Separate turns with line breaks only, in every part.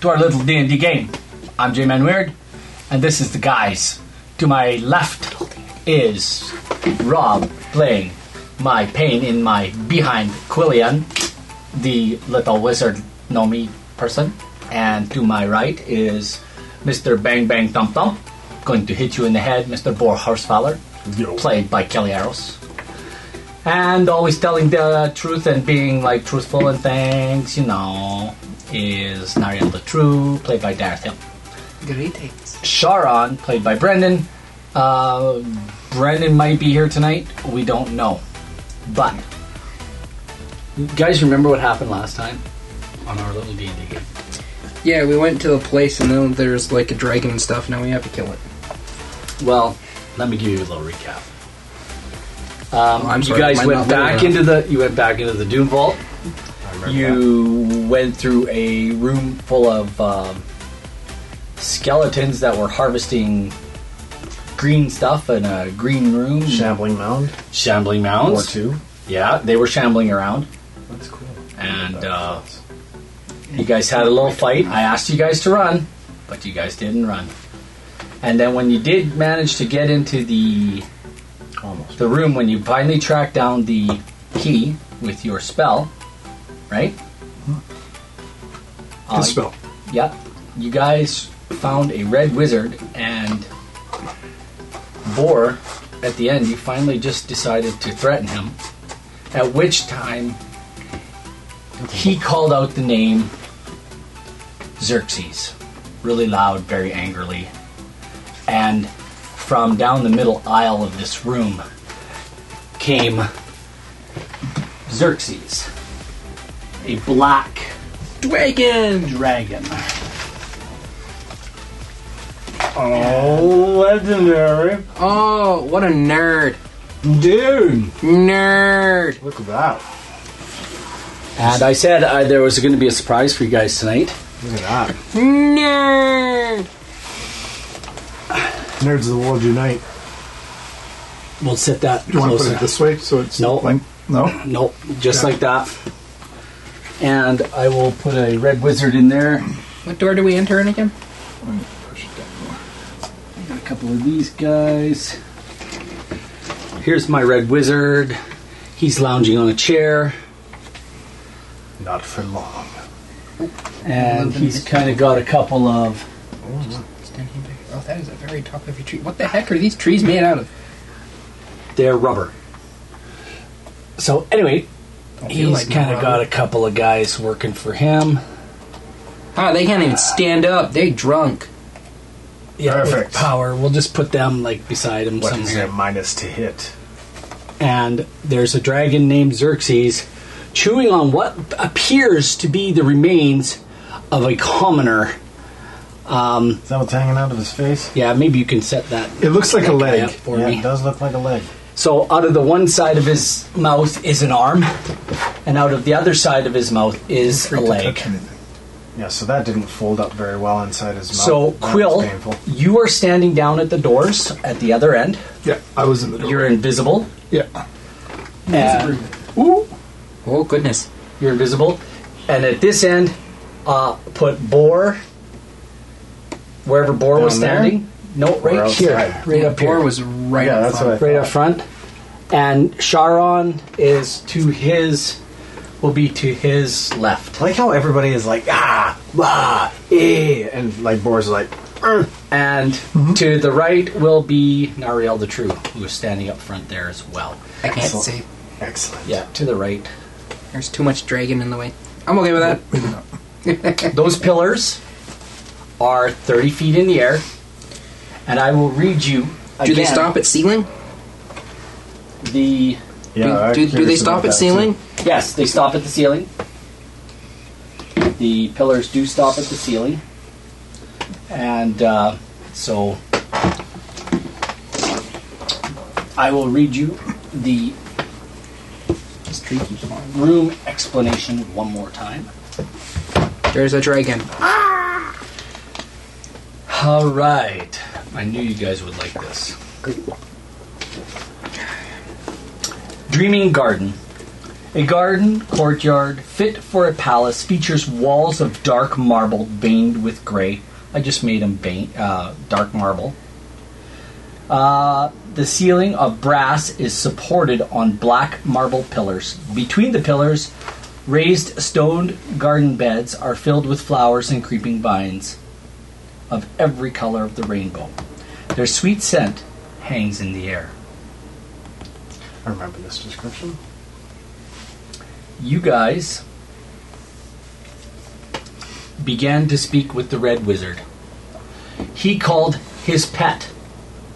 to our little D&D game. I'm J-Man Weird, and this is The Guys. To my left is Rob playing my pain in my behind Quillian, the little wizard gnomey person. And to my right is Mr. Bang Bang Thump Thump, going to hit you in the head, Mr. Boar Horsefowler, played by Kelly Arrows and always telling the truth and being like truthful and things, you know, is Nariel the True, played by Darth Hill.
Greetings.
Sharon, played by Brendan. Uh, Brendan might be here tonight. We don't know. But you guys remember what happened last time on our little D&D game?
Yeah, we went to a place and then there's like a dragon and stuff. Now we have to kill it.
Well, let me give you a little recap. Um,
Oh, I'm
you
sorry,
guys
mine
went
not loaded
back
up.
into the you went back into the Doom Vault. You went through a room full of um, skeletons that were harvesting green stuff in a green room.
Shambling Mound
shambling
or
mounds.
two.
Yeah, they were shambling around,
That's cool.
and uh, you guys had a little fight. I asked you guys to run, but you guys didn't run. And then when you did manage to get into the
almost.
the room when you finally track down the key with your spell, right? Uh,
Good spell.
Yep. You guys found a red wizard and Boar. At the end, you finally just decided to threaten him. At which time, he called out the name Xerxes, really loud, very angrily, and from down the middle aisle of this room came Xerxes, a black
Dragon!
dragon.
Oh, legendary!
Oh, what a nerd.
Dude!
Nerd!
Look at that!
And I said uh, there was going to be a surprise for you guys tonight.
Look at that!
Nerd!
Nerds of the world unite.
We'll set that
Do you want to
closer.
put it this way so it's
No.
like no?
Nope, just
Okay.
like that. And I will put a red wizard in there.
What door do we enter in again?
Push it down more.
Got a couple of these guys. Here's my red wizard. He's lounging on a chair.
Not for long.
And he's kind of got a couple of.
Standing back. Oh, that is a very top heavy tree. What the heck are these trees made out of?
They're rubber. So, anyway, he's kind of got a couple of guys working for him.
Ah, they can't even stand up. They drunk.
Yeah, with
Perfect.
power. We'll just put them like beside him
What is
somewhere.
their minus to hit?
And there's a dragon named Xerxes chewing on what appears to be the remains of a commoner. Um,
Is that what's hanging out of his face?
yeah, maybe you can set that.
It looks like a
that guy
leg.
up for
yeah,
me.
it does look like a leg.
So out of the one side of his mouth is an arm, and out of the other side of his mouth is a leg.
Yeah, so that didn't fold up very well inside his mouth.
So
That was
Quill,
painful.
you are standing down at the doors at the other end.
Yeah, I was in the door.
You're invisible.
yeah.
And
Oh, goodness.
You're invisible. And at this end, uh, put Boar wherever Boar was
Down there?
standing. No, right
Or
here,
outside?
right
That
up here,
door was right
Yeah,
up
that's
front.
what
right up front. And Sharon is to his, will be to his left.
I like how everybody is like ah ah eh, and like Boris is like "Er."
And
Mm-hmm.
to the right will be Nariel the True, who is standing up front there as well.
I can't
Excellent.
see.
excellent.
Yeah, to the right.
There's too much dragon in the way. I'm okay with that.
Those pillars are 30 feet in the air, and I will read you.
Do they
again
stop at ceiling?
The
Do-
Yeah, I'm
do, do they
curious
stop
about
at
that,
ceiling?
too.
Yes, they stop at the ceiling. The pillars do stop at the ceiling. And uh, so I will read you the
This tree keeps on.
room explanation one more time.
There's a dragon.
All right. I knew you guys would like this. Dreaming Garden A garden courtyard fit for a palace features walls of dark marble veined with gray. I just made them vein, uh, dark marble. Uh, the ceiling of brass is supported on black marble pillars. Between the pillars, raised stoned garden beds are filled with flowers and creeping vines of every color of the rainbow. Their sweet scent hangs in the air.
I remember this description.
you guys began to speak with the red wizard. He called his pet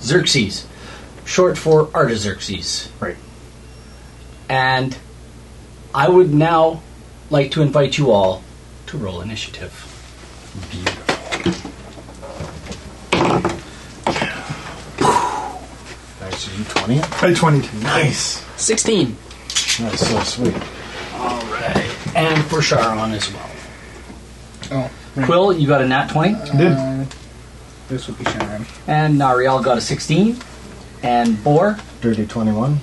Xerxes, short for Artaxerxes.
Right.
And I would now like to invite you all to roll initiative.
Nice. Are you 20?
I 22.
Nice.
16.
That's so sweet.
All right. And for Sharon as well.
Oh,
Quill, you got a nat 20,
Did.
this would be Sharon.
and Nariel got a 16, and Boar,
Dirty 21.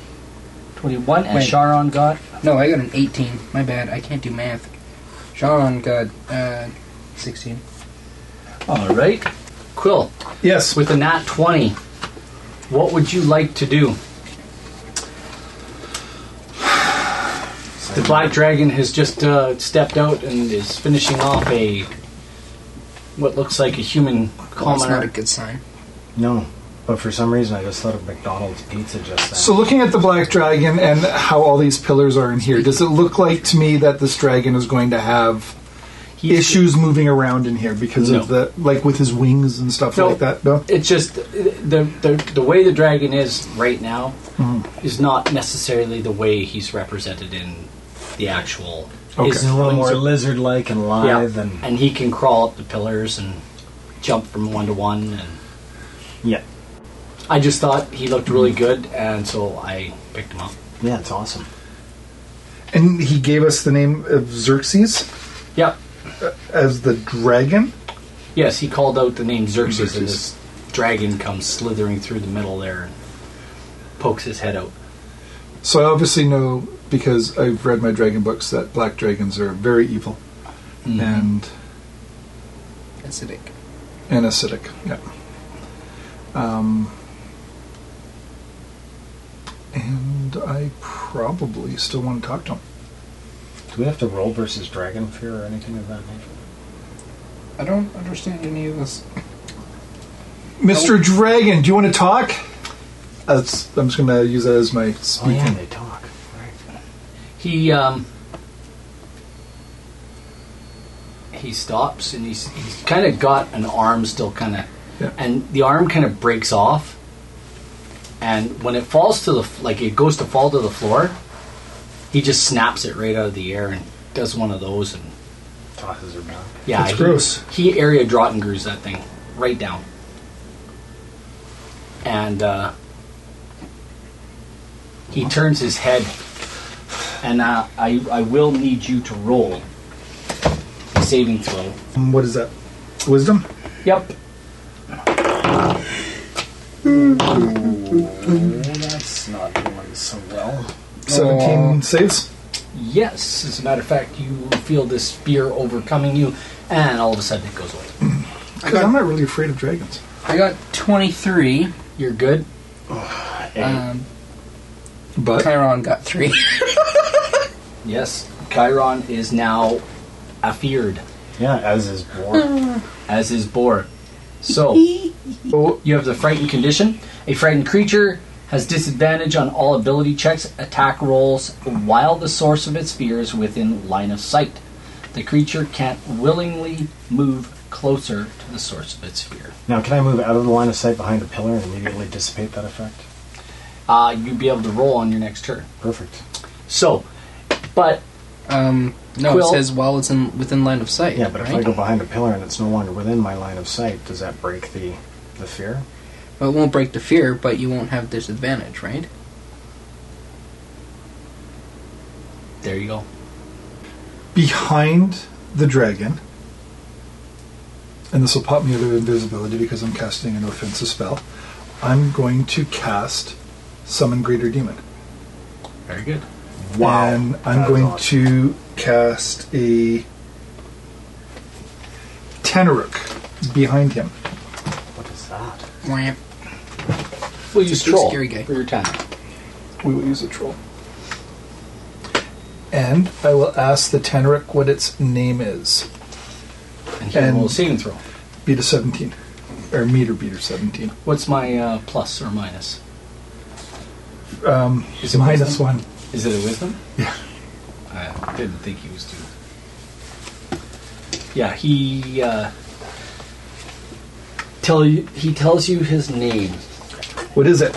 21, and
Wait.
Sharon got
No, I got an 18. My bad. I can't do math. Sean got uh, 16.
All right. Quill,
Yes.
with a nat 20, what would you like to do? The Black Dragon has just uh, stepped out and is finishing off a. what looks like a human
Well, that's not a
commoner.
good sign.
No. But for some reason, I just thought of McDonald's pizza just then.
So looking at the black dragon and how all these pillars are in here, does it look like to me that this dragon is going to have
He's-
issues moving around in here because of
No.
the like with his wings and stuff
No.
like that? No.
It's just the, the, the way the dragon is right now
Mm-hmm.
is not necessarily the way he's represented in the actual.
Okay.
his
It's a little
wings
more
are-
lizard-like and
Yeah,
lithe and
and he can crawl up the pillars and jump from one to one. And
yeah,
I just thought he looked really
Mm-hmm.
good, and so I picked him up.
yeah, it's awesome.
And he gave us the name of Xerxes
Yep.
as the dragon.
Yes, he called out the name Xerxes, and
Xerxes.
this dragon comes slithering through the middle there and pokes his head out.
So I obviously know because I've read my dragon books that black dragons are very evil
Mm-hmm.
and
Acidic.
and acidic. Yeah. Um, and I probably still want to talk to him.
Do we have to roll versus dragon fear or anything of that nature?
I don't understand any of this.
Mr. Dragon, do you want to talk? That's, Oh. I'm just going to use that as my speaking.
Oh, they talk. Right.
He um, he stops and he's, he's kind of got an arm still kind of,
Yeah.
and the arm kind of breaks off, and when it falls to the f- like it goes to fall to the floor, he just snaps it right out of the air and does one of those and
Tosses her back.
yeah,
That's
he,
gross.
He area Drottengru's that thing right down, and uh, he turns his head, and uh, I I will need you to roll a saving throw.
Um, What is that? Wisdom?
Yep.
that's not going so well.
17 saves?
Yes, as a matter of fact, you feel this fear overcoming you, and all of a sudden it goes away.
Because I'm not really afraid of dragons.
I got 23.
You're good.
Um,
But
Chiron got 3.
Yes, Chiron is now afeared,
yeah, as is bored.
as is Bor. So.
oh,
You have the frightened condition. A frightened creature has disadvantage on all ability checks, attack rolls, while the source of its fear is within line of sight. The creature can't willingly move closer to the source of its fear.
now, can I move out of the line of sight behind a pillar and immediately dissipate that effect?
Uh, you'd be able to roll on your next turn.
Perfect.
So, but
Um, no,
Quill.
it says while it's in within line of sight.
Yeah, but if I
right?
go behind a pillar and it's no longer within my line of sight, does that break the the fear?
Well, it won't break the fear, but you won't have disadvantage, right?
there you go.
behind the dragon. And this will pop me out of invisibility because I'm casting an offensive spell. I'm going to cast Summon Greater Demon.
Very good.
Wow.
And I'm
That is
going
awesome.
to cast a Tenaruk behind him.
What is that?
Wham.
We'll
It's
use
a big
troll
scary guy.
for your time.
We will use a troll. And I will ask the Tenaruk what its name is.
And he
And-
will saving throw.
Beta 17. Or meter beater 17.
What's my uh, plus or minus?
Um,
Is it
minus
wisdom?
one.
Is it a wisdom?
Yeah.
I didn't think he was doing. Yeah, he uh, tell you. He tells you his name,
What is it?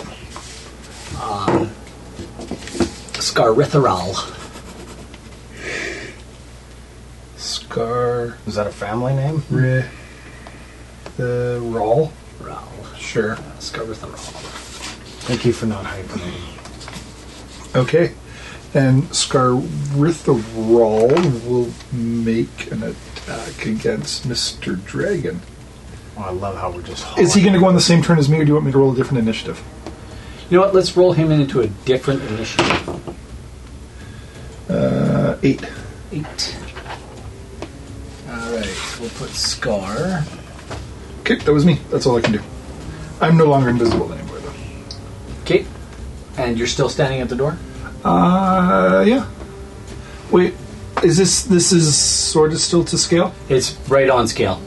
Scaritharal.
Scar.
Is that a family name?
Re. The Rawl?
Ral.
Sure.
Scaritharal.
Thank you for not hyping me.
Okay. And Scarithral will make an attack against Mr. Dragon.
Oh, I love how we're just.
Is he going to go on the same turn as me, or do you want me to roll a different initiative?
You know what? Let's roll him into a different initiative.
Uh, eight.
Eight. All right. We'll put Scar.
Okay, that was me. That's all I can do. I'm no longer invisible anymore, though.
Okay. And you're still standing at the door.
Uh, yeah. Wait, is this this is sort of still to scale?
It's right on scale,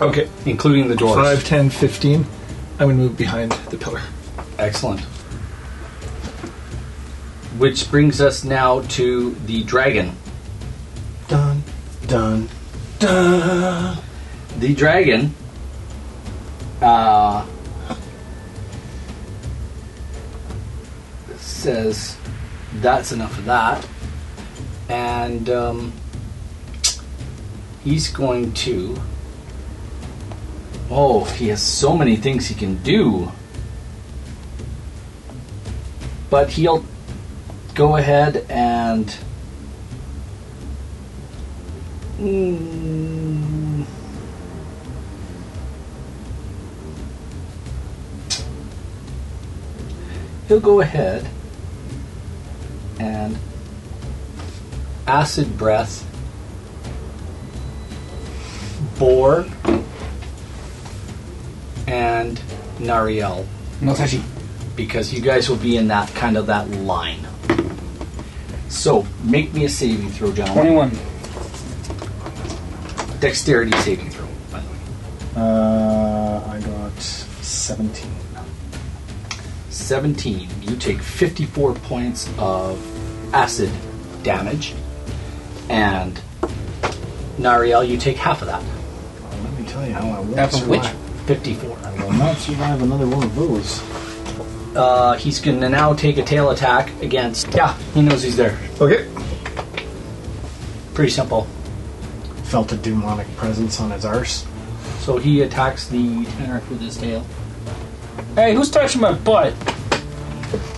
Okay.
including the doors.
5, 10, 15. I'm going to move behind the pillar.
Excellent. Which brings us now to the dragon.
Done. Done.
The dragon uh, says, That's enough of that. And um, he's going to. Oh, he has so many things he can do. But he'll go ahead and. Mm, he'll go ahead and acid breath boar and nariel
No touchy.
because you guys will be in that kind of that line so make me a saving throw gentlemen
21.
dexterity saving throw by the way
Uh, I got 17.
17, you take 54 points of acid damage, and Nariel, you take half of that.
Well, let me tell you how I won't
That's a
survive.
witch.
54.
I will not survive another one of those.
Uh, he's going to now take a tail attack against. Yeah, he knows he's there.
Okay.
Pretty simple.
Felt a demonic presence on his arse.
So he attacks the Teneric with his tail.
Hey, who's touching my butt?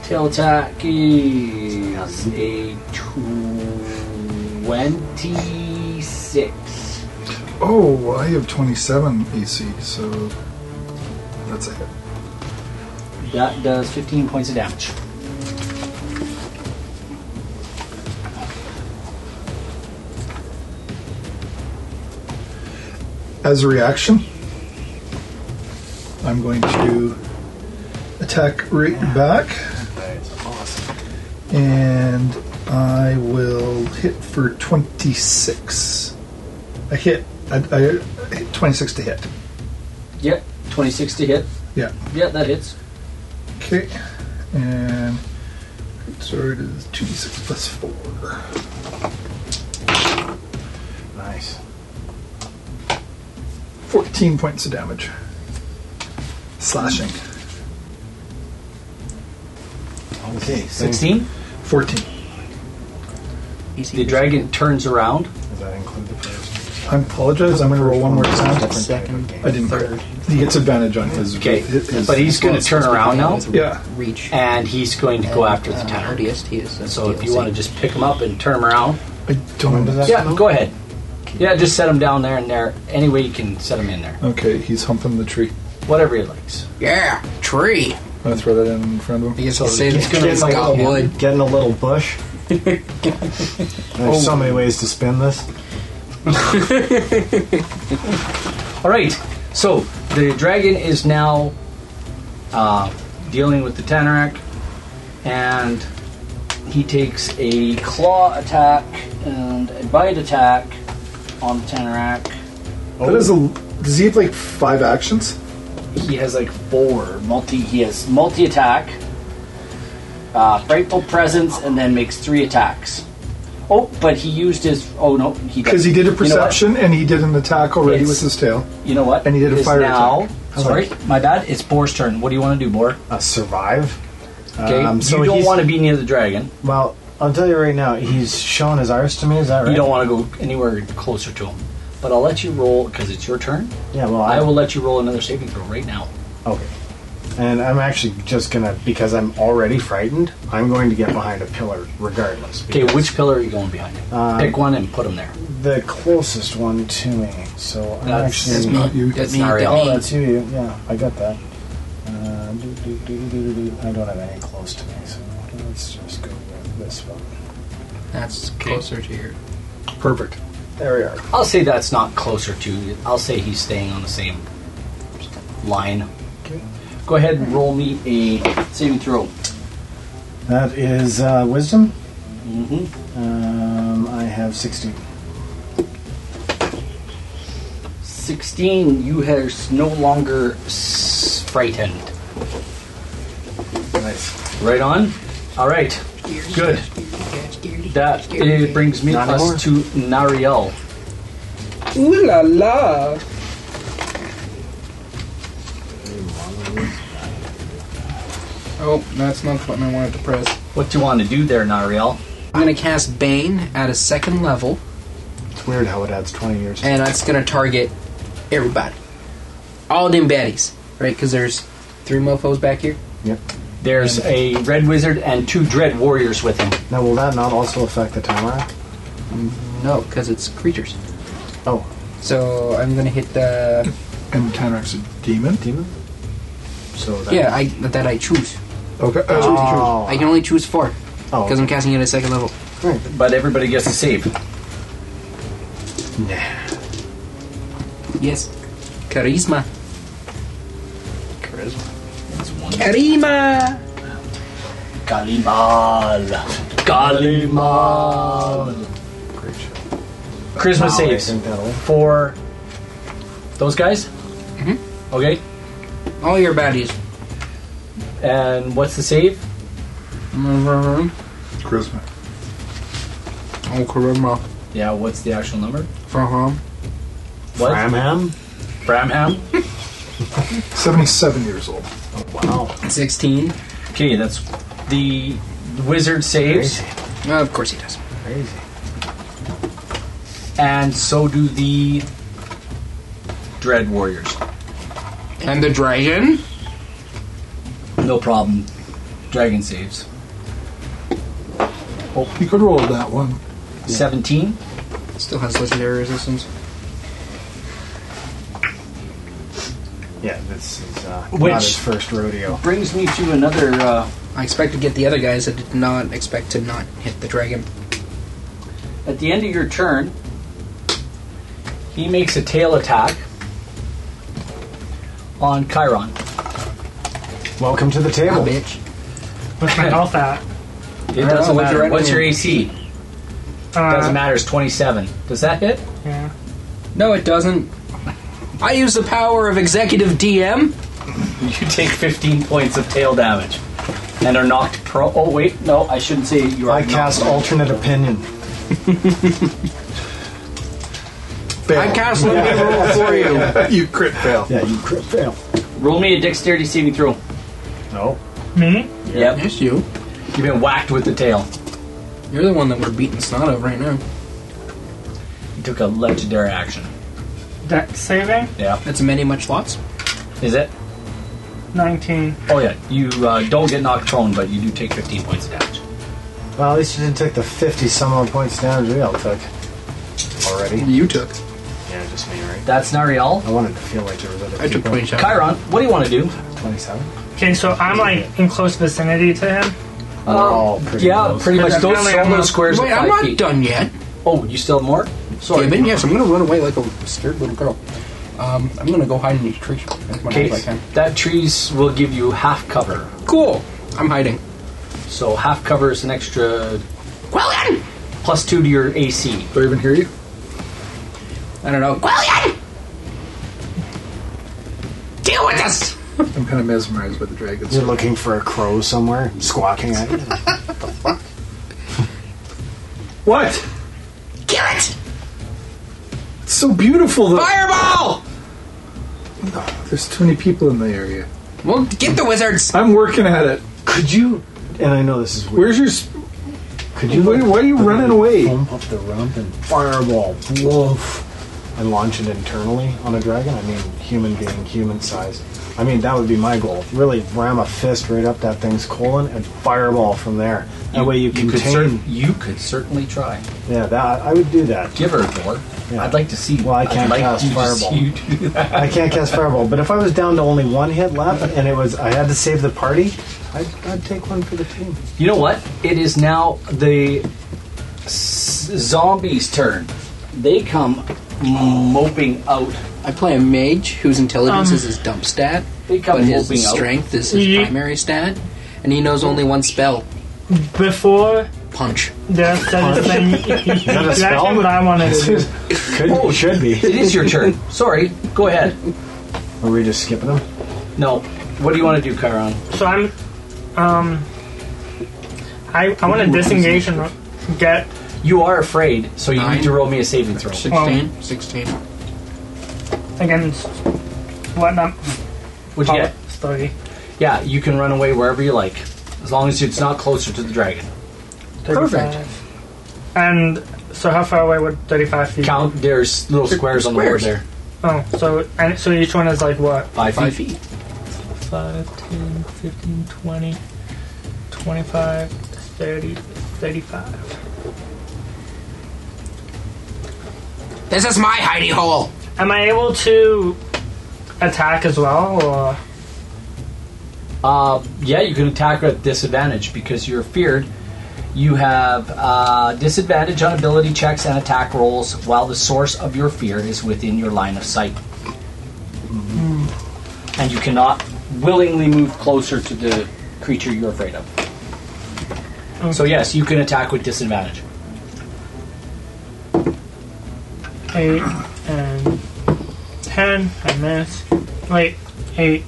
Tail attack is a 26.
Oh, I have 27 AC, so that's a hit.
That does 15 points of damage.
As a reaction, I'm going to attack right back,
That is awesome.
and I will hit for 26. I hit. I, I hit 26 to hit.
Yep, 26 to hit.
Yeah.
Yeah, that hits.
Okay. And sword is 2d6 plus 4.
Nice.
14 points of damage. Slashing.
Okay, so-
16.
14.
The dragon turns around.
Does that include the first?
I apologize. I'm going to roll one more time.
Second.
I didn't. Third. He gets advantage on his.
Okay,
his- his-
but he's going to turn around now,
Yeah.
Reach.
and he's going to go after the tower. So if you want to just pick him up and turn him around,
I don't.
does that-
yeah, go ahead. Yeah, just set him down there and there. Any way you can set him in there,
Okay, he's humping the tree.
whatever he likes.
Yeah, tree.
I'm going to throw that in front of him.
I guess I'll say
he's
that
gonna
it's
fight
got
him.
wood.
Getting a little bush. There's
Oh.
so many ways to spin this.
All right. So the dragon is now uh, dealing with the Tanarak, and he takes a claw attack and a bite attack on the Tanarak.
That is a. Does he have like five actions?
He has like four multi. He has multi attack, uh, frightful presence, and then makes three attacks. Oh, but he used his. Oh no, he
Because he did a
You know what?
perception and he did an attack already with
It's-
his tail.
You know what?
And he did a
It is
fire
now,
attack. I was
Sorry, my bad. It's Boar's turn. What do you want to do, Boar?
Uh, survive.
Okay,
Um, so
you don't
he's-
want to be near the dragon.
Well, I'll tell you right now, he's showing his arse to me, is that right?
You don't want to go anywhere closer to him. But I'll let you roll because it's your turn.
Yeah, well,
I
I
will let you roll another saving throw right now.
Okay. And I'm actually just gonna, because I'm already frightened, I'm going to get behind a pillar regardless.
Okay, which pillar are you going behind?
Um,
Pick one and put him there.
The closest one to me. So I'm
That's-
It's
actually.
not you.
It's
That's
not
me.
real.
Oh,
That
that's you. you- Yeah, I got that. Uh, do, do, do, do, do, do, do. I don't have any close to me, so let's just go with this one.
me. That's closer to your.
Perfect.
There we are.
I'll say that's not closer to. I'll say he's staying on the same line.
Okay.
Go ahead and roll me a saving throw.
That is uh, wisdom.
Mm-hmm.
Um, I have 16.
16. You are no longer s- frightened.
Nice.
Right on. All right. Good. That uh, brings me
Not
us
anymore.
to Nariel.
Ooh la la! Oh, that's not what I wanted to press.
What do you want to do there, Nariel?
I'm gonna cast Bane at a second level,
It's weird how it adds 20 years.
and that's gonna target everybody, all them baddies, right? Because there's three mofo's back here.
There's a red wizard and two dread warriors with him.
Now, will that not also affect the Tamara?
No, because it's creatures.
Oh,
So I'm gonna hit the
And Tanrak's a demon.
demon? So that.
yeah I, that I choose.
Okay. uh,
Oh,
I can only choose four
oh,
because I'm casting it at a second level.
But everybody gets a save.
Yes, charisma.
Charisma.
Karima!
Kalimal. Kalimal.
great show.
Charisma
Wow, I
saves
think that'll-
for those guys.
Mm-hmm.
Okay.
All your baddies.
And what's the save?
Oh,
Charisma.
charisma.
Yeah. What's the actual number?
For him.
What?
Framham?
Bramham.
77 years old.
Wow.
16.
Okay, that's the wizard saves,
Crazy.
Uh, of course he does.
Crazy.
and so do the dread warriors.
And the dragon?
No problem. Dragon saves.
You Oh, could roll that one.
Seventeen.
Still has legendary resistance.
Yeah, this is uh,
Which-
not his first rodeo.
Brings me to another. Uh,
I expect to get the other guys. I did not expect to not hit the dragon.
at the end of your turn, he makes a tail attack on Chiron.
Welcome to the table.
Oh,
bitch.
What's my health at?
It
I don't know
doesn't
what
matter.
your enemy-
What's your AC?
Uh,
Doesn't matter. It's twenty-seven. Does that hit?
Yeah.
No, it doesn't. I use the power of executive DM.
You take fifteen points of tail damage, and are knocked pro. Oh wait, no, I shouldn't say you are.
I
knocked
cast alternate opinion.
Fail.
I cast let me roll for you.
you crit fail.
Yeah, you crit fail.
Roll me a dexterity saving throw.
No.
Me?
Yep.
Yes, you.
You've been whacked with the tail.
You're the one that we're beating snot of right now.
You took a legendary action.
Deck saving?
Yeah.
That's many much lots.
Is it?
19.
Oh, yeah. You uh, don't get knocked prone, but you do take 15 points of damage.
Well, at least you didn't take the 50 some odd points damage we all took. Already?
You took.
Yeah, just me, right?
That's Nariel.
I wanted to feel like there was other
I took
people.
twenty shots.
Chiron, what do you want to do?
27?
Okay, so I'm like in close vicinity to him.
We're all pretty
yeah,
close.
pretty much. Those,
Definitely,
all
I'm
those
not-
squares
Wait,
are 5
I'm not
feet.
done yet.
Oh, you still have more? Sorry.
Gibbon, yes, I'm gonna run away like a scared little girl. Um, I'm gonna go hide in these trees as much as I
Okay,
can.
that trees will give you half cover.
Cool. I'm hiding.
So half cover is an extra
Quillian!
plus two to your AC.
Do I even hear you?
I don't know. Quillian! Deal with this!
I'm kind of mesmerized by the dragons.
You're looking for a crow somewhere, squawking at you.
What?
Kill it!
It's so beautiful though.
Fireball!
There's too many people in the area.
Well, get the wizards!
I'm working at it.
Could you? And I know this is weird.
Where's your? s-
Could you?
why-
like,
why are you
put
running
the
away?
Foam up the rump and fireball, woof, and launch it internally on a dragon. I mean, human being, human size. I mean, that would be my goal. Really ram a fist right up that thing's colon and fireball from there. That way you
could
contain.
cer- you could certainly try.
yeah, that I would do that.
Give her a door.
Yeah.
I'd like to see.
Well, I
I'd
can't
like
cast
you to
fireball.
see you do that.
I can't cast fireball, but if I was down to only one hit left and it was I had to save the party, I'd, I'd take one for the team.
You know what? It is now the s- zombies' turn. They come moping out.
I play a mage whose intelligence
Um,
is his dump stat,
They come
but his
moping out.
strength is his
Ye-
primary stat, and he knows only one spell
Before
punch.
Death said his thing, he, he, he
that a
that's
spell?
what I wanted to do.
Could oh, should be.
It is your turn. Sorry. Go ahead.
Are we just skipping them?
No. What do you want to do, Chiron?
So I'm, um, I I want to disengage and get.
You are afraid, so you
Nine.
need to roll me a saving throw.
16? 16.
against what num-
What'd
oh,
you get?
Sorry.
Yeah, you can run away wherever you like, as long as it's not closer to the dragon.
Perfect.
35. And so, how far away would thirty-five feet?
Count. There's little squares on the board
Squares.
there.
Oh, so and so each one is like what?
Five,
Five
feet.
feet.
5, 10, 15, 20, 25, 30, 35.
This is my hidey hole!
Am I able to attack as well? Or
Uh, yeah, you can attack at disadvantage because you're feared. You have uh, disadvantage on ability checks and attack rolls while the source of your fear is within your line of sight. And you cannot willingly move closer to the creature you're afraid of. So, yes, you can attack with disadvantage.
8 and 10. I miss. Wait, 8.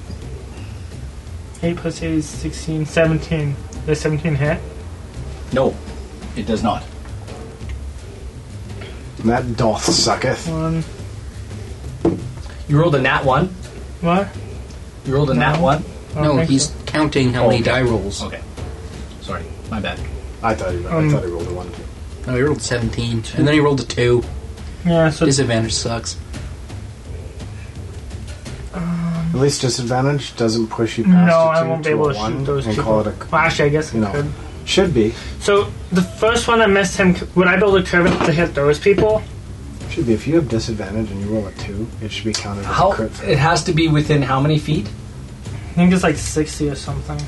8 plus 8 is 16, 17. Does 17 hit?
No, it does not.
That doth sucketh.
1.
You rolled a nat one.
What?
You rolled a nat
No.
one.
I don't
No,
think
he's
so.
counting how
Oh,
many
okay.
die rolls.
Okay. Sorry, my bad.
I thought he,
Um,
I thought he rolled a one.
No, he rolled 17, and then he rolled a 2.
Yeah, so
Disadvantage sucks.
At least disadvantage doesn't push you past
no,
a two
I won't
to
be able
a
to
one
shoot those
and
people.
call it
well, actually, I guess
a
I
no.
could.
Should be
So the first one I missed him. Would I build a curve to hit those people?
should be if you have disadvantage and you roll a two, it should be counted as
How?
a crit. fail.
It has to be within how many feet?
I think it's like sixty or something.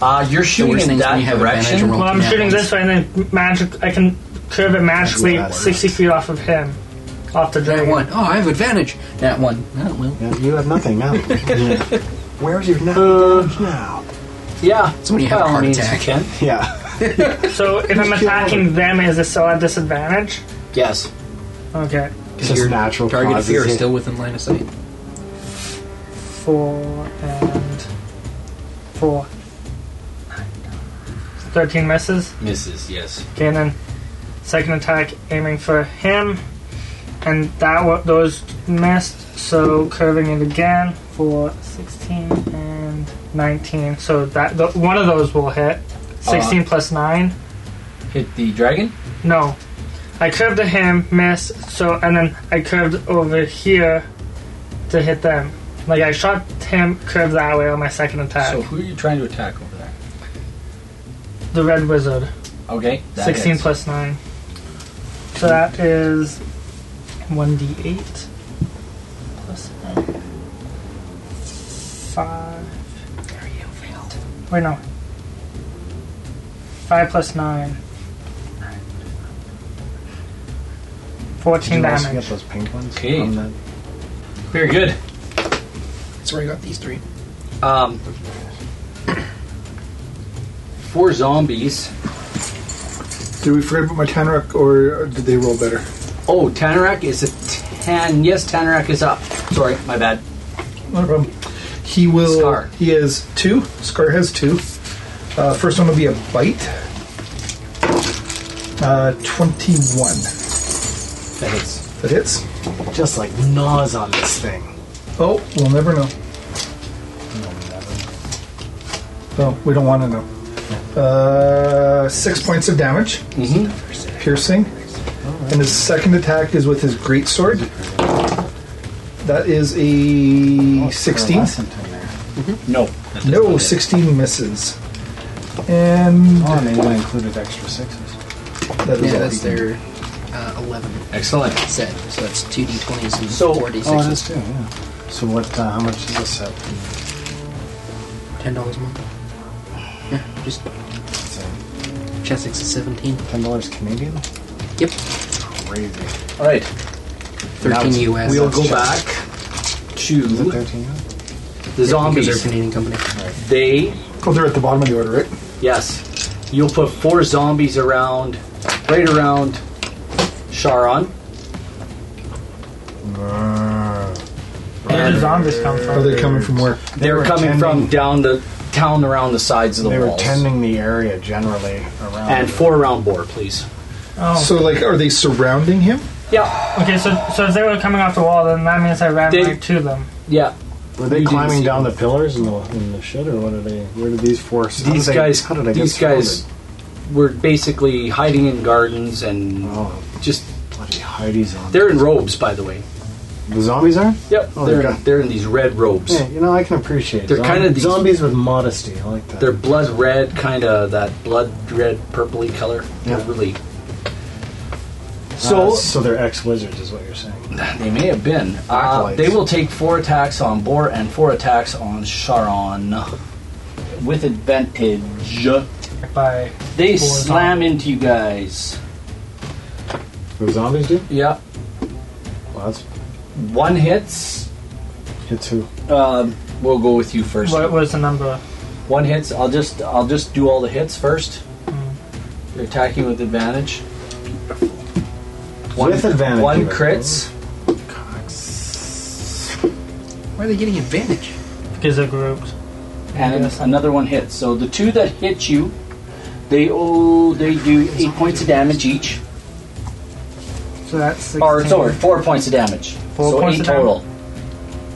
Uh, you're
The
shooting
worst
in
thing is when
that
you have advantage
direction.
and roll
Well, I'm
nat
shooting
ones.
this way, and then magic. I can curve it magically
That's what that
sixty feet off of him, off the
Nat
dragon.
1. Oh, I have advantage. Oh, Nat 1. Nat 1.
Yeah, you have nothing now. Yeah. Where's your advantage now?
Yeah.
It's when you have a
By all
heart
means, you
attack.
can.
Yeah,
So if I'm attacking them, is it still at disadvantage?
Yes.
Okay,
it's just natural
Target of
causes
fear is
here.
still within line of sight.
four and four. Thirteen misses.
Misses. Yes.
Okay, and then second attack aiming for him, and that wa- those missed. So curving it again for 16 and 19. So that the, one of those will hit. 16 plus nine.
Hit the dragon.
No, I curved to him, missed. So and then I curved over here to hit them. Like I shot him, curved that way on my second attack.
So who are you trying to attack over there?
the red wizard.
Okay. that
16
hits.
plus 9. So that is 1d8 plus 9. 5. Wait, no. Five plus nine. Fourteen
Did you also
damage.
get those pink ones?
Okay.
from that-
Very good.
That's where I got these three.
Um, four zombies.
Did we forget about my Tanrak, or uh, did they roll better?
Oh, Tanarak is a ten. Yes, Tanarak is up. Sorry, my bad.
Not a problem. He will.
Scar.
He has two. Scar has two. Uh, first one will be a bite. Uh, 21.
That hits.
That hits.
Just like gnaws on this thing.
Oh, we'll never know. No, we don't want to know. Uh, six points of damage,
Mm-hmm.
piercing. And his second attack is with his great sword. That is a 16.
No. that does not
No,
hit.
16 misses. And
Oh, and they only included extra sixes.
that is
Yeah,
all
that's
he can do.
their uh, 11
Excellent.
set. So that's 2d20s and
So-
4d6s.
Oh, it is too. Yeah. So what? Uh, how much is this set?
Ten dollars a month. Yeah, just
It's, uh,
Chessex is seventeen.
Ten dollars Canadian.
Yep,
Crazy. Is
All right.
thirteen
Now
US.
We'll
That's
go
Chessex.
back
it
to
thirteen? now?
the
Because they're a
zombies.
Canadian company.
They
Oh, they're at the bottom of the order, right?
Yes. You'll put four zombies around, right around Sharon.
Where do the
And
zombies come
Are
from?
they coming from where?
Uh, They
they're
were
coming from
tending-
down the town around the sides of the
They were
walls.
tending the area generally around.
and four round board, please.
Oh.
So, like, are they surrounding him?
Yeah.
okay, so so if they were coming off the wall, then that means I ran
They-
right to them.
Yeah.
Were they
You didn't
climbing
see
down the pillars and the, and the shit, or what are they? Where did these four? how did
These
they-
guys-
How did I
these
get
guys- We're basically hiding in gardens and
surrounded? Oh,
just
bloody Heidi's on.
they're in robes by the way.
the zombies are.
Yep.
Oh,
they're
they're
in,
got-
they're in these red robes.
Yeah, you know I can appreciate.
They're
zom-
kinda these-
zombies with modesty. I like that.
They're blood red, kind of that blood red purpley color. They're
Yeah.
really.
so
So
Uh, so they're ex wizards, is what you're saying.
They may have been. Uh,
Acolytes.
they will take four attacks on Bor and four attacks on Sharon. With advantage.
By
They
Bor's
slam
on.
into you guys.
The zombies do.
Yeah.
Well, that's
One hits.
hits who?
Um, we'll go with you first.
what was the number?
One hits. I'll just I'll just do all the hits first. You're attacking with advantage. One,
With advantage,
One
you are-
crits.
Why are they getting advantage?
Because they're grouped.
and another one hits. So the two that hit you, they oh they do eight points of damage each.
So that's sixteen.
Or sorry, four points of damage.
Four
so
points
eight
of damage?
total.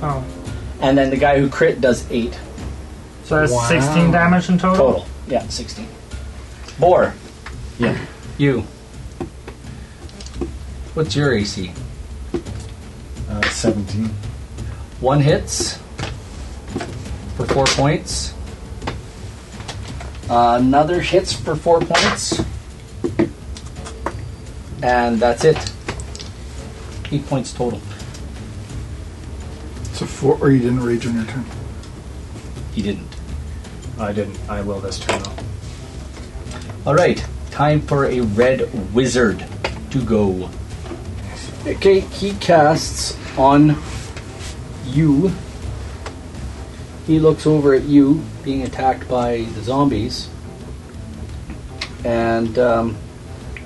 Oh,
And then the guy who crit does eight
so that's
Wow.
sixteen damage in total.
total. Yeah, sixteen. Bor.
Yeah.
You. What's your AC?
Uh, Seventeen.
One hits for four points. another hits for four points. And that's it. Eight points total.
So four, or you didn't rage on your turn.
He didn't.
I didn't. I will this turn. Though.
All right, time for a red wizard to go. Okay, he casts on you. He looks over at you, being attacked by the zombies, and um,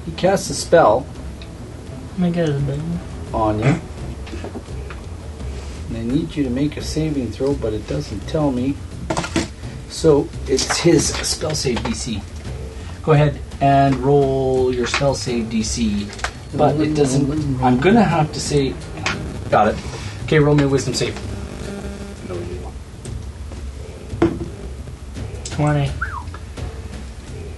he casts a spell
Let me get it, baby.
on you. And I need you to make a saving throw, but it doesn't tell me. So it's his spell save DC. Go ahead and roll your spell save DC, but it doesn't. I'm gonna have to say, got it. Okay, roll me a wisdom save.
Twenty.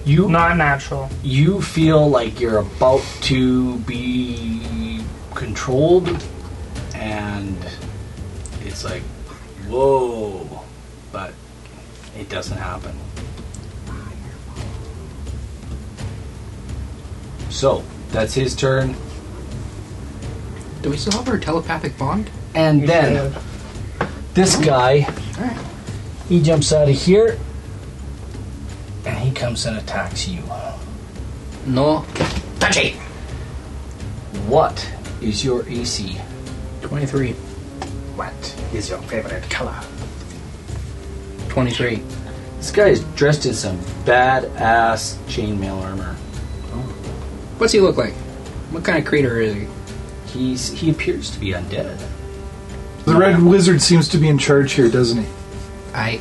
You
Not natural.
you feel like you're about to be controlled and it's like whoa but it doesn't happen so that's his turn
Do we still have our telepathic bond?
and
You
then
should.
this guy
Alright.
he jumps out of here and he comes and attacks you.
No.
Touchy! What is your AC?
23.
What is your favorite color?
23.
This guy is dressed in some badass chainmail armor.
What's he look like? What kind of creature is he?
He's, he appears to be undead.
The red wizard seems to be in charge here, doesn't he?
I.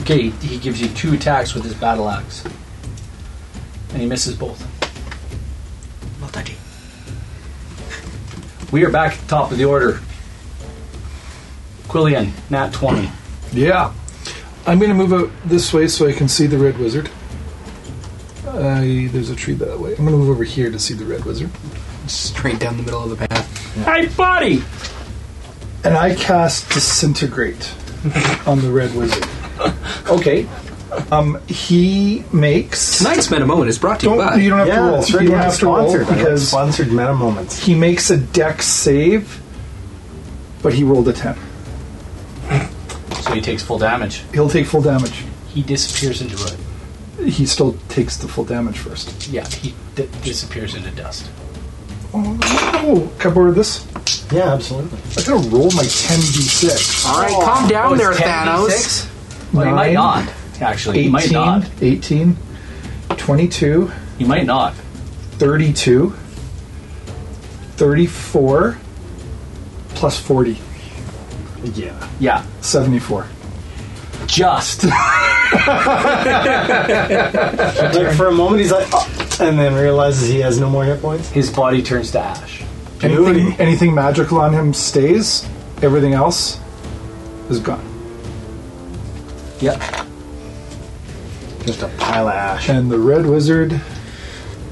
Okay, he gives you two attacks with his battle axe. And he misses both. Not touchy. We are back at the top of the order. Quillian, nat 20.
Yeah. I'm going to move out this way so I can see the red wizard. I there's a tree that way. I'm going to move over here to see the red wizard.
Straight down the middle of the path.
Hey, buddy!
And I cast Disintegrate on the red wizard.
Okay.
Um, he makes.
Tonight's Meta Moment is brought to you
Don't,
by.
you don't have to roll.
that's right.
You don't
yeah,
have to roll
sponsored. I got
because
sponsored meta moments.
he makes a deck save, but he rolled a 10.
So he takes full damage.
He'll take full damage.
He disappears into a.
He still takes the full damage first.
Yeah, he d- disappears into dust.
Oh, can I borrow this?
Yeah, absolutely.
I gotta roll my 10d6.
All right, calm down there,
10,
Thanos.
D6? Well, you might
Nine.
not. Actually, you might
18,
not.
18, 22,
You might not.
32, 34, plus 40,
Yeah.
Yeah,
74.
just.
Like for a moment, he's like, "Oh," and then realizes he has no more hit points.
His body turns to ash.
Anything,
Beauty.
anything magical on him stays, everything else is gone.
Yep.
Just a pile of ash.
And the red wizard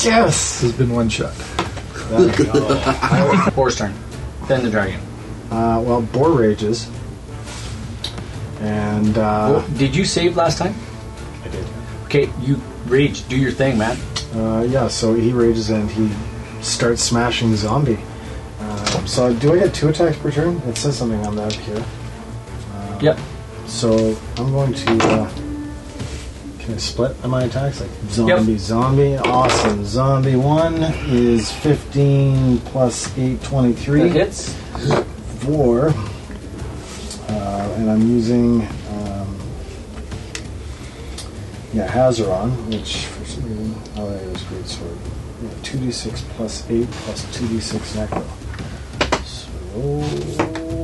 Yes.
has been one shot.
Boar's turn. Then the dragon.
Uh, well, boar rages. And uh,
Oh, did you save last time?
I did.
Okay, you rage. Do your thing, man.
Uh, yeah, so he rages and he starts smashing the zombie. Uh, so do I get two attacks per turn? It says something on that here.
Yep.
So I'm going to. Uh, can I split my attacks? Like zombie, zombie, awesome. Zombie one is 15 plus 8, 23.
That hits.
four, uh, and I'm using um, yeah Hazaron, which for some reason oh yeah, it was great sword. Yeah, two d six plus eight plus two d six necro. So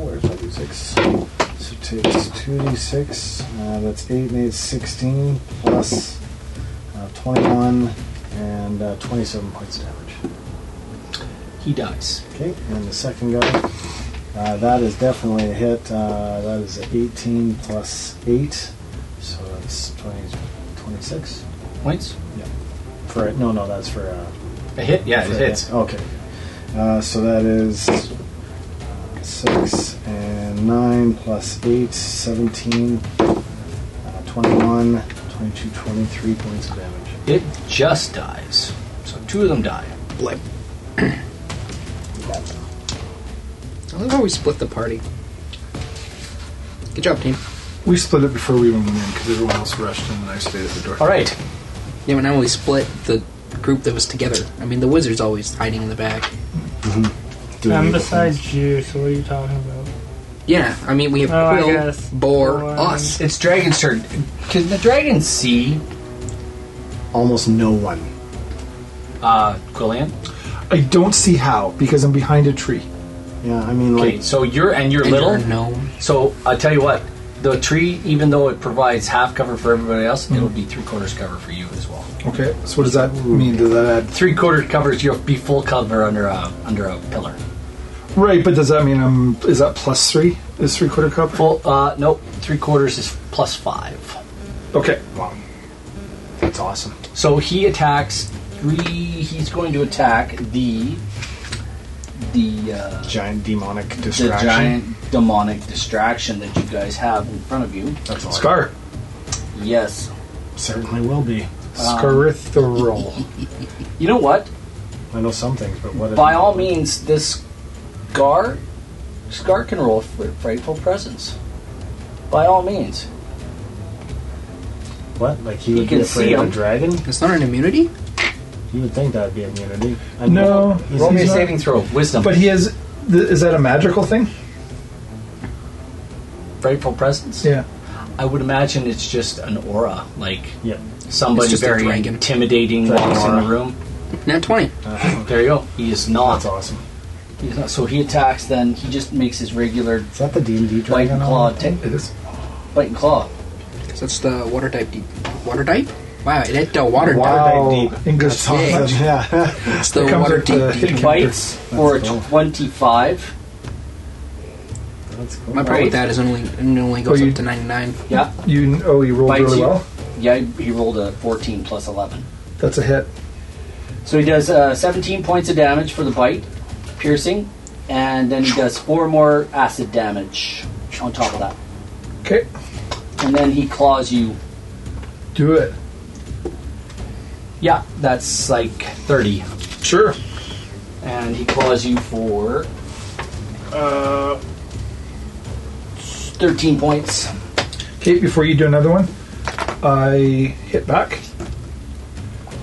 where's my d six? So it takes two d six. Uh, that's eight and eight, 16, plus uh, twenty one and uh, twenty seven points of damage.
He dies.
Okay, and the second guy. Uh, that is definitely a hit. Uh, that is 18 plus 8. So that's 20, 26.
Points.
For it? No, no, that's for. Uh,
A hit. Yeah,
for
it
a
hits.
hit. Okay. Uh, so that is uh, 6 and 9 plus 8, 17, uh, 21, 22, 23 points of damage.
It just dies. So two of them die.
I love how we split the party. Good job, team.
We split it before we even went in because everyone else rushed in and I stayed at the door.
All right.
Yeah, but now we split the group that was together. I mean, the wizard's always hiding in the back.
I'm besides you, so what are you talking about?
Yeah, I mean, we have
Oh, I
Quill,
guess.
Boar,
Boar.
us.
It's dragon's turn. Can the dragon see
Almost no one.
uh, Quillian?
I don't see how because I'm behind a tree.
Yeah, I mean,
Okay.
like.
So you're and you're
And
little.
you're a gnome.
So I tell you what, the tree, even though it provides half cover for everybody else,
Mm-hmm.
it'll be three quarters cover for you as well.
Okay, so what does that mean? Does that
Three quarters covers you'll be full cover under a under a pillar.
add right? But does that mean I'm? Is that plus three? Is three quarter cup?
Full. Uh, nope. Three quarters is plus five.
Okay,
Wow. That's awesome.
So he attacks three. He's going to attack the the uh,
Giant demonic
the
distraction.
giant demonic distraction that you guys have in front of you.
That's all I
scar,
Yes.
Certainly will be.
scarithoral.
You know what?
I know some things, but what?
By all means, this Scar Scar can roll for frightful presence. By all means.
What? Like he
You
would
can
be
see
afraid of
him.
a dragon?
It's not an immunity?
You would think that would be immunity. I mean,
No,
he's-
Roll me a
he's not-
saving throw. Wisdom.
but he has. Th- is that a magical thing?
Frightful presence.
Yeah.
I would imagine it's just an aura, like
Yeah.
somebody
It's just a
very
dragon.
intimidating
Dragon
walks in
aura.
the room.
Nat 20.
Uh,
There you go. He is not.
that's awesome.
He's not. So he attacks. Then he just makes his regular
Is that the D and D
bite
dragon?
and
on
claw.
it?
atta-
It is.
bite and claw.
So that's the water type. Deep. Water type? Wow, it hit the water
Wow.
type.
deep.
English
That's awesome. Yeah.
It's the
It comes
water
with the-
deep.
He
Encounter.
bites for a
cool.
twenty-five.
that's cool.
My problem with that is it only, it only goes
Oh, you-
up to 99.
Yeah.
You. Oh, you rolled
Bites
really
you.
well.
Yeah. He rolled a fourteen plus eleven.
That's a hit.
So he does uh, 17 points of damage for the bite, piercing, and then he does four more acid damage on top of that.
Okay.
And then he claws you.
Do it.
Yeah, that's like 30.
Sure.
And he claws you for
Uh,
13 points.
Okay. Before you do another one, I hit back.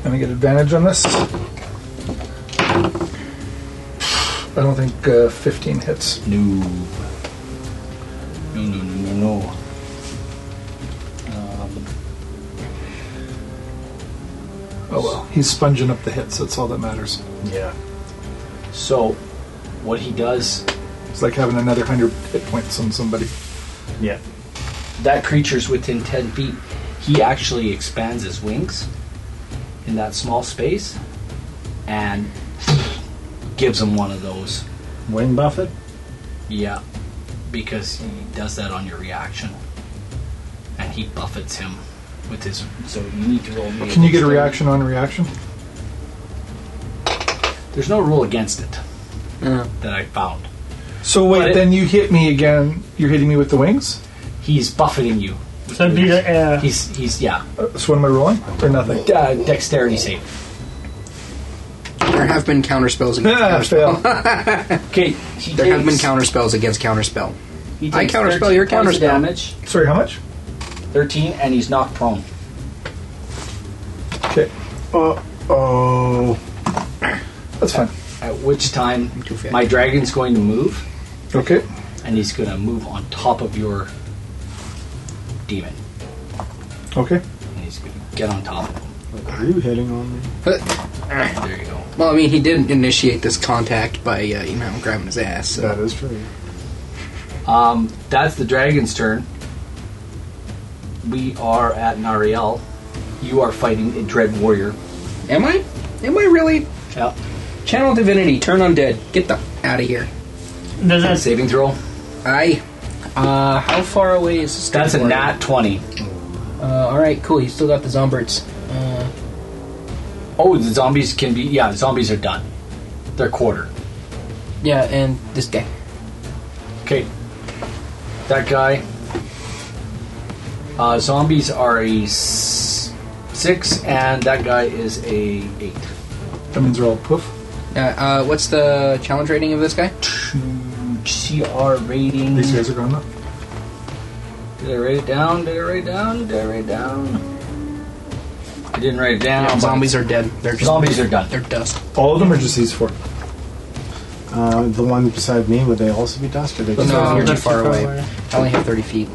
And I get advantage on this. I don't think uh, 15 hits.
No. No, no, no, no, no. Um,
Oh well. He's sponging up the hits. That's all that matters.
Yeah.
so, what he does,
It's like having another 100 hit points on somebody.
Yeah.
that creature's within 10 feet. He actually expands his wings in that small space and gives him one of those.
Wayne Buffett.
Yeah, because he does that on your reaction, and he buffets him with his. So you need to roll. me
Can you get a
dexterity.
reaction on reaction?
There's no rule against it
Uh-huh.
Uh,
that I found.
So
But
wait,
it-
then you hit me again. You're hitting me with the wings.
He's buffeting you.
so it'd be the air.
He's he's yeah.
Uh, So what am I rolling? Or nothing?
D- uh, dexterity save.
there have been counter spells against
Ah,
counter
fail.
Okay, he
There have been
takes-
counter spells against counter spell.
he
I
takes
counterspell
13
your
points of
counterspell.
damage.
Sorry, how much?
Thirteen, and he's knocked prone.
Okay,
Uh oh.
that's fine.
At which time,
too fat.
my dragon's going to move,
Okay,
and he's going to move on top of your demon,
okay.
and he's going to get on top of him.
Are you hitting on me?
There you go.
Well, I mean, he did initiate this contact by, uh, you know, grabbing his ass. So.
That is true.
Um, that's the dragon's turn. We are at Nariel. You are fighting a dread warrior.
Am I? Am I really?
Yeah.
Channel divinity, turn undead. Get the out of here.
Does that
Saving throw.
I. Uh, how far away is this?
That's a
thing?
nat twenty.
Uh, all right, cool. He's still got the zomberts. Uh,
Oh, the zombies can be. Yeah, the zombies are done. They're quartered.
yeah, and this guy.
Okay. That guy. Uh, zombies are a s- six, and that guy is a eight.
That means we're all poof.
Uh, uh, what's the challenge rating of this guy?
CR rating.
Mm-hmm.
These guys are going up.
Did I write it down? Did I write it down? Did I write it down? I didn't write it down.
Yeah,
but
Oh, zombies are dead. They're just
Zombies are done.
They're dust.
All of them, or just these four?
Uh, the one beside me would they also be dust? Or they just
No,
No,
you're too
that's
far
too far
away.
away.
I only have thirty feet.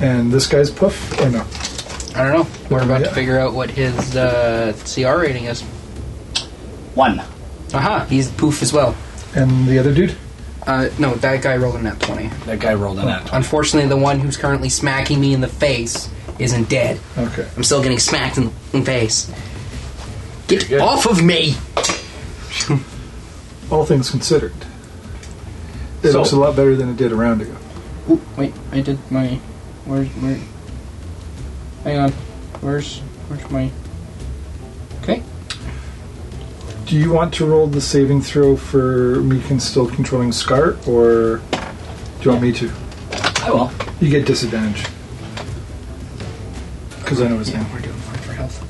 And this guy's poof, or no?
I don't know. We're about to
Yeah.
figure out what his uh, CR rating is.
One.
Aha! He's poof as well.
And the other dude?
Uh-huh. Uh, no, that guy rolled a nat twenty.
That guy rolled an at
Unfortunately, the one who's currently smacking me in the face isn't dead.
Okay.
I'm still getting smacked in the face. Get
Very good.
off of me!
All things considered, it
So-
looks a lot better than it did a round ago.
Ooh, wait, I did my. Where's where? Hang on. Where's where's my? Okay.
Do you want to roll the saving throw for me can still controlling Scar, or do you want me to?
I will.
You get disadvantage. Because I know his name.
we're doing fine for health.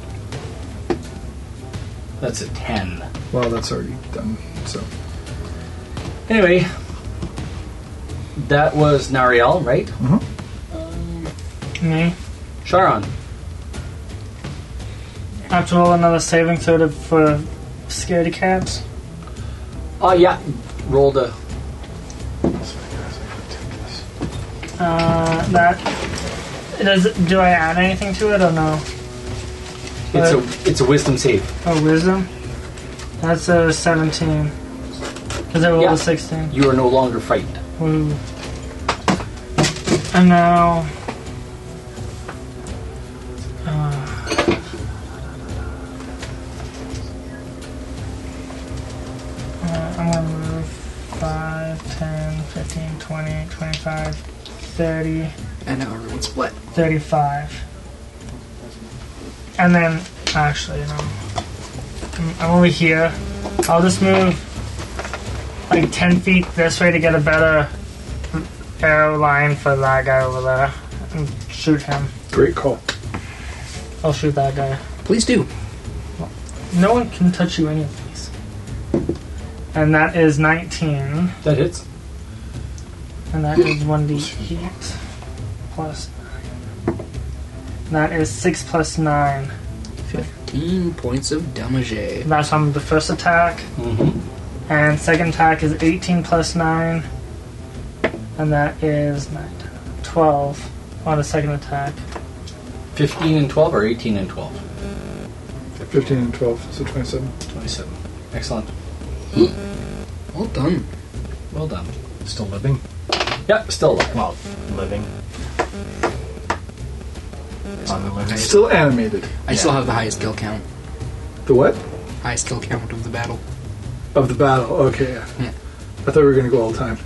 That's a ten.
Well, that's already done. So
Anyway, that was Nariel, right?
Uh-huh.
Me.
Sharon.
I have to roll another saving throw to, for scaredy cats.
Oh, yeah. Rolled a.
Uh, that does. Do I add anything to it or no?
It's a it's a wisdom save.
Oh, wisdom. That's a seventeen. Cause I rolled
Yeah.
a sixteen.
You are no longer frightened.
Woo. And now. Uh, uh, I'm gonna move 5, 10, 15, 20, 25, 30,
And now everyone's split.
35. And then, actually, no. I'm, I'm over here. I'll just move like 10 feet this way to get a better arrow line for that guy over there. And shoot him.
Great call.
I'll shoot that guy.
Please do.
No one can touch you anyways. And that is 19.
That hits.
And that is 1d8 plus 9. That is 6 plus 9.
15 points of damage.
That's on the first attack.
Mm-hmm.
And second attack is 18 plus 9. And that is 9, 12 on the second attack.
Fifteen and twelve, or eighteen and twelve.
15 and 12, so 27.
Twenty-seven. Excellent.
Well done.
Well done.
Still living?
Yep. Still alive.
Well, living. Unliving.
Still animated.
I still have the highest kill count.
The what?
Highest kill count of the battle.
Of the battle. Okay, yeah.
Yeah.
I thought we were going to go all the time.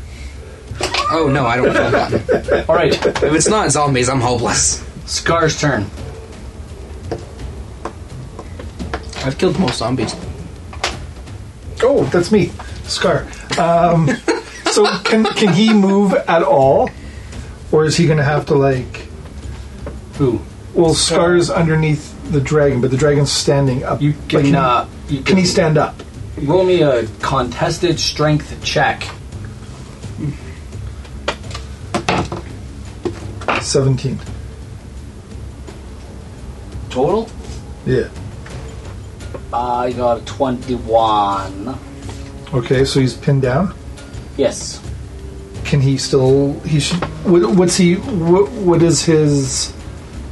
Oh no, I don't feel that.
All right.
If it's not zombies, I'm hopeless.
Scar's turn.
I've killed most zombies.
Oh, that's me, Scar. Um, so can can he move at all, or is he going to have to like?
Who?
Well, Scar's underneath the dragon, but the dragon's standing up.
You
Like,
can.
can,
uh, you
can he stand up?
Roll me a contested strength check.
Seventeen.
Total.
Yeah.
I got a twenty-one.
Okay, so he's pinned down.
Yes.
Can he still? He should. What, what's he? What, what is his?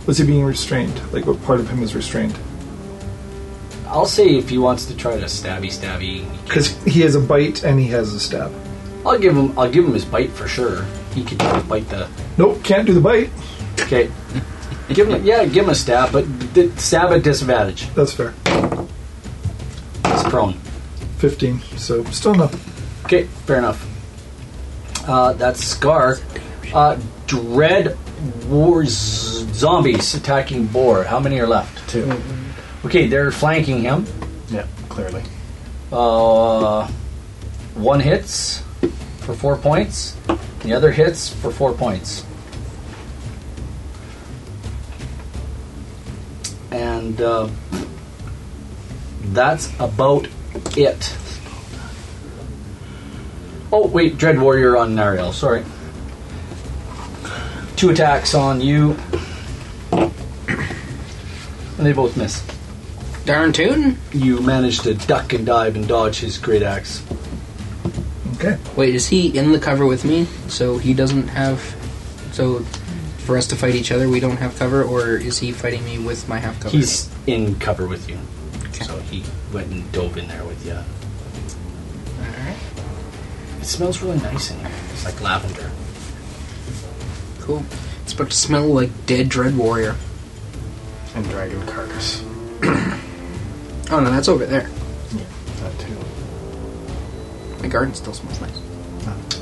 Was he being restrained? Like, what part of him is restrained?
I'll say if he wants to try to stabby stabby.
Because he has a bite and he has a stab.
I'll give him. I'll give him his bite for sure. He could try to bite the.
Nope, can't do the bite.
Okay. give him. Yeah, give him a stab, but d- stab at disadvantage.
That's fair.
He's prone.
Fifteen. So still no.
Okay, fair enough. Uh, that's Scar. Uh, dread war z- zombies attacking Boar. How many are left?
Two.
Okay, they're flanking him.
Yeah, clearly.
Uh, one hits for four points. The other hits for four points. And uh, that's about it. Oh wait, Dread Warrior on Nariel. Sorry. Two attacks on you, and they both miss.
Darn tootin'.
You managed to duck and dive and dodge his great axe.
Okay.
Wait, is he in the cover with me? So he doesn't have. So for us to fight each other, we don't have cover, or is he fighting me with my half cover?
He's in cover with you. So he went and dove in there with you.
Alright,
It smells really nice in here. It's like lavender.
cool. It's about to smell like dead Dread Warrior.
And dragon carcass.
Oh no, that's over there.
Yeah, that too.
My garden still smells nice.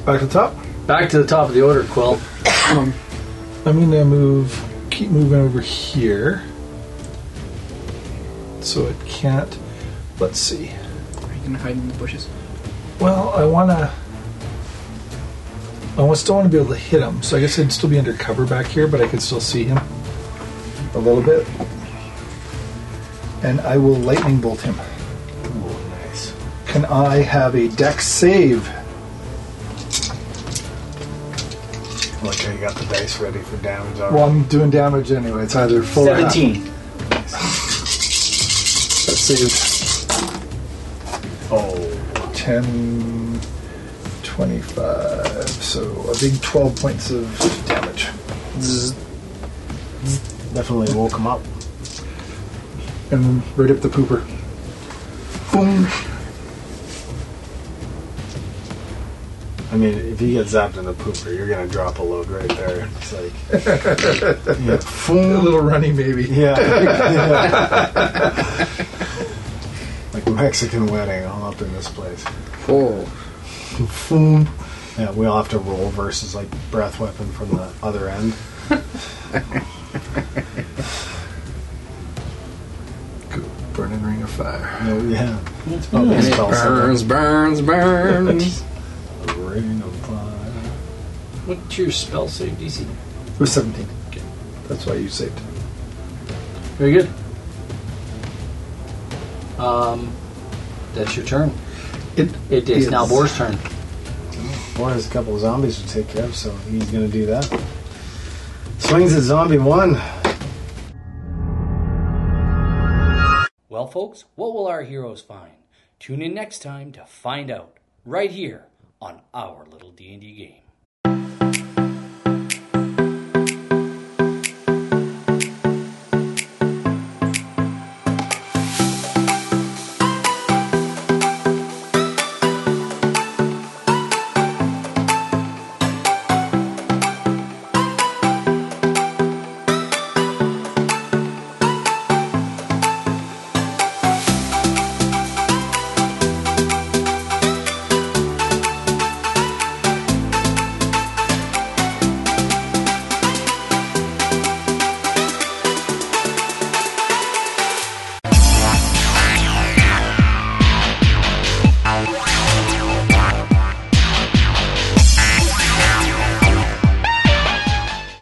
Back to the top.
Back to the top of the order, Quill.
I'm gonna move, keep moving over here, so it can't. Let's see.
Are you gonna hide in the bushes?
Well, I wanna. I wa- still want to be able to hit him, so I guess I'd still be under cover back here, but I could still see him a little bit. And I will lightning bolt him.
Ooh, nice.
Can I have a dex save?
Okay, you got the dice ready for damage. already.
Well, I'm doing damage anyway. It's either full or half.
17.
That saved
Oh.
10, 25. So a big 12 points of damage. Zzz.
Definitely woke him up.
And right up the pooper. Boom.
I mean, if you get zapped in the pooper, you're gonna drop a load right there. It's like, yeah,
A
fool.
little runny, maybe.
Yeah. Yeah. like Mexican wedding all up in this place.
Oh,
Fool. Yeah, we all have to roll versus like breath weapon from the other end.
Go burning ring of fire.
No, yeah. It's probably a spell
burns,
something.
burns, burns.
Ring of fire.
What's your spell save DC?
It was 17. That's why you saved.
Very good. Um, that's your turn.
It
It is now
Yes.
Boar's turn.
Boy, there's a couple of zombies to take care of, so he's gonna do that. Swings at zombie one.
Well, folks, what will our heroes find? Tune in next time to find out. Right here on our little D&D game.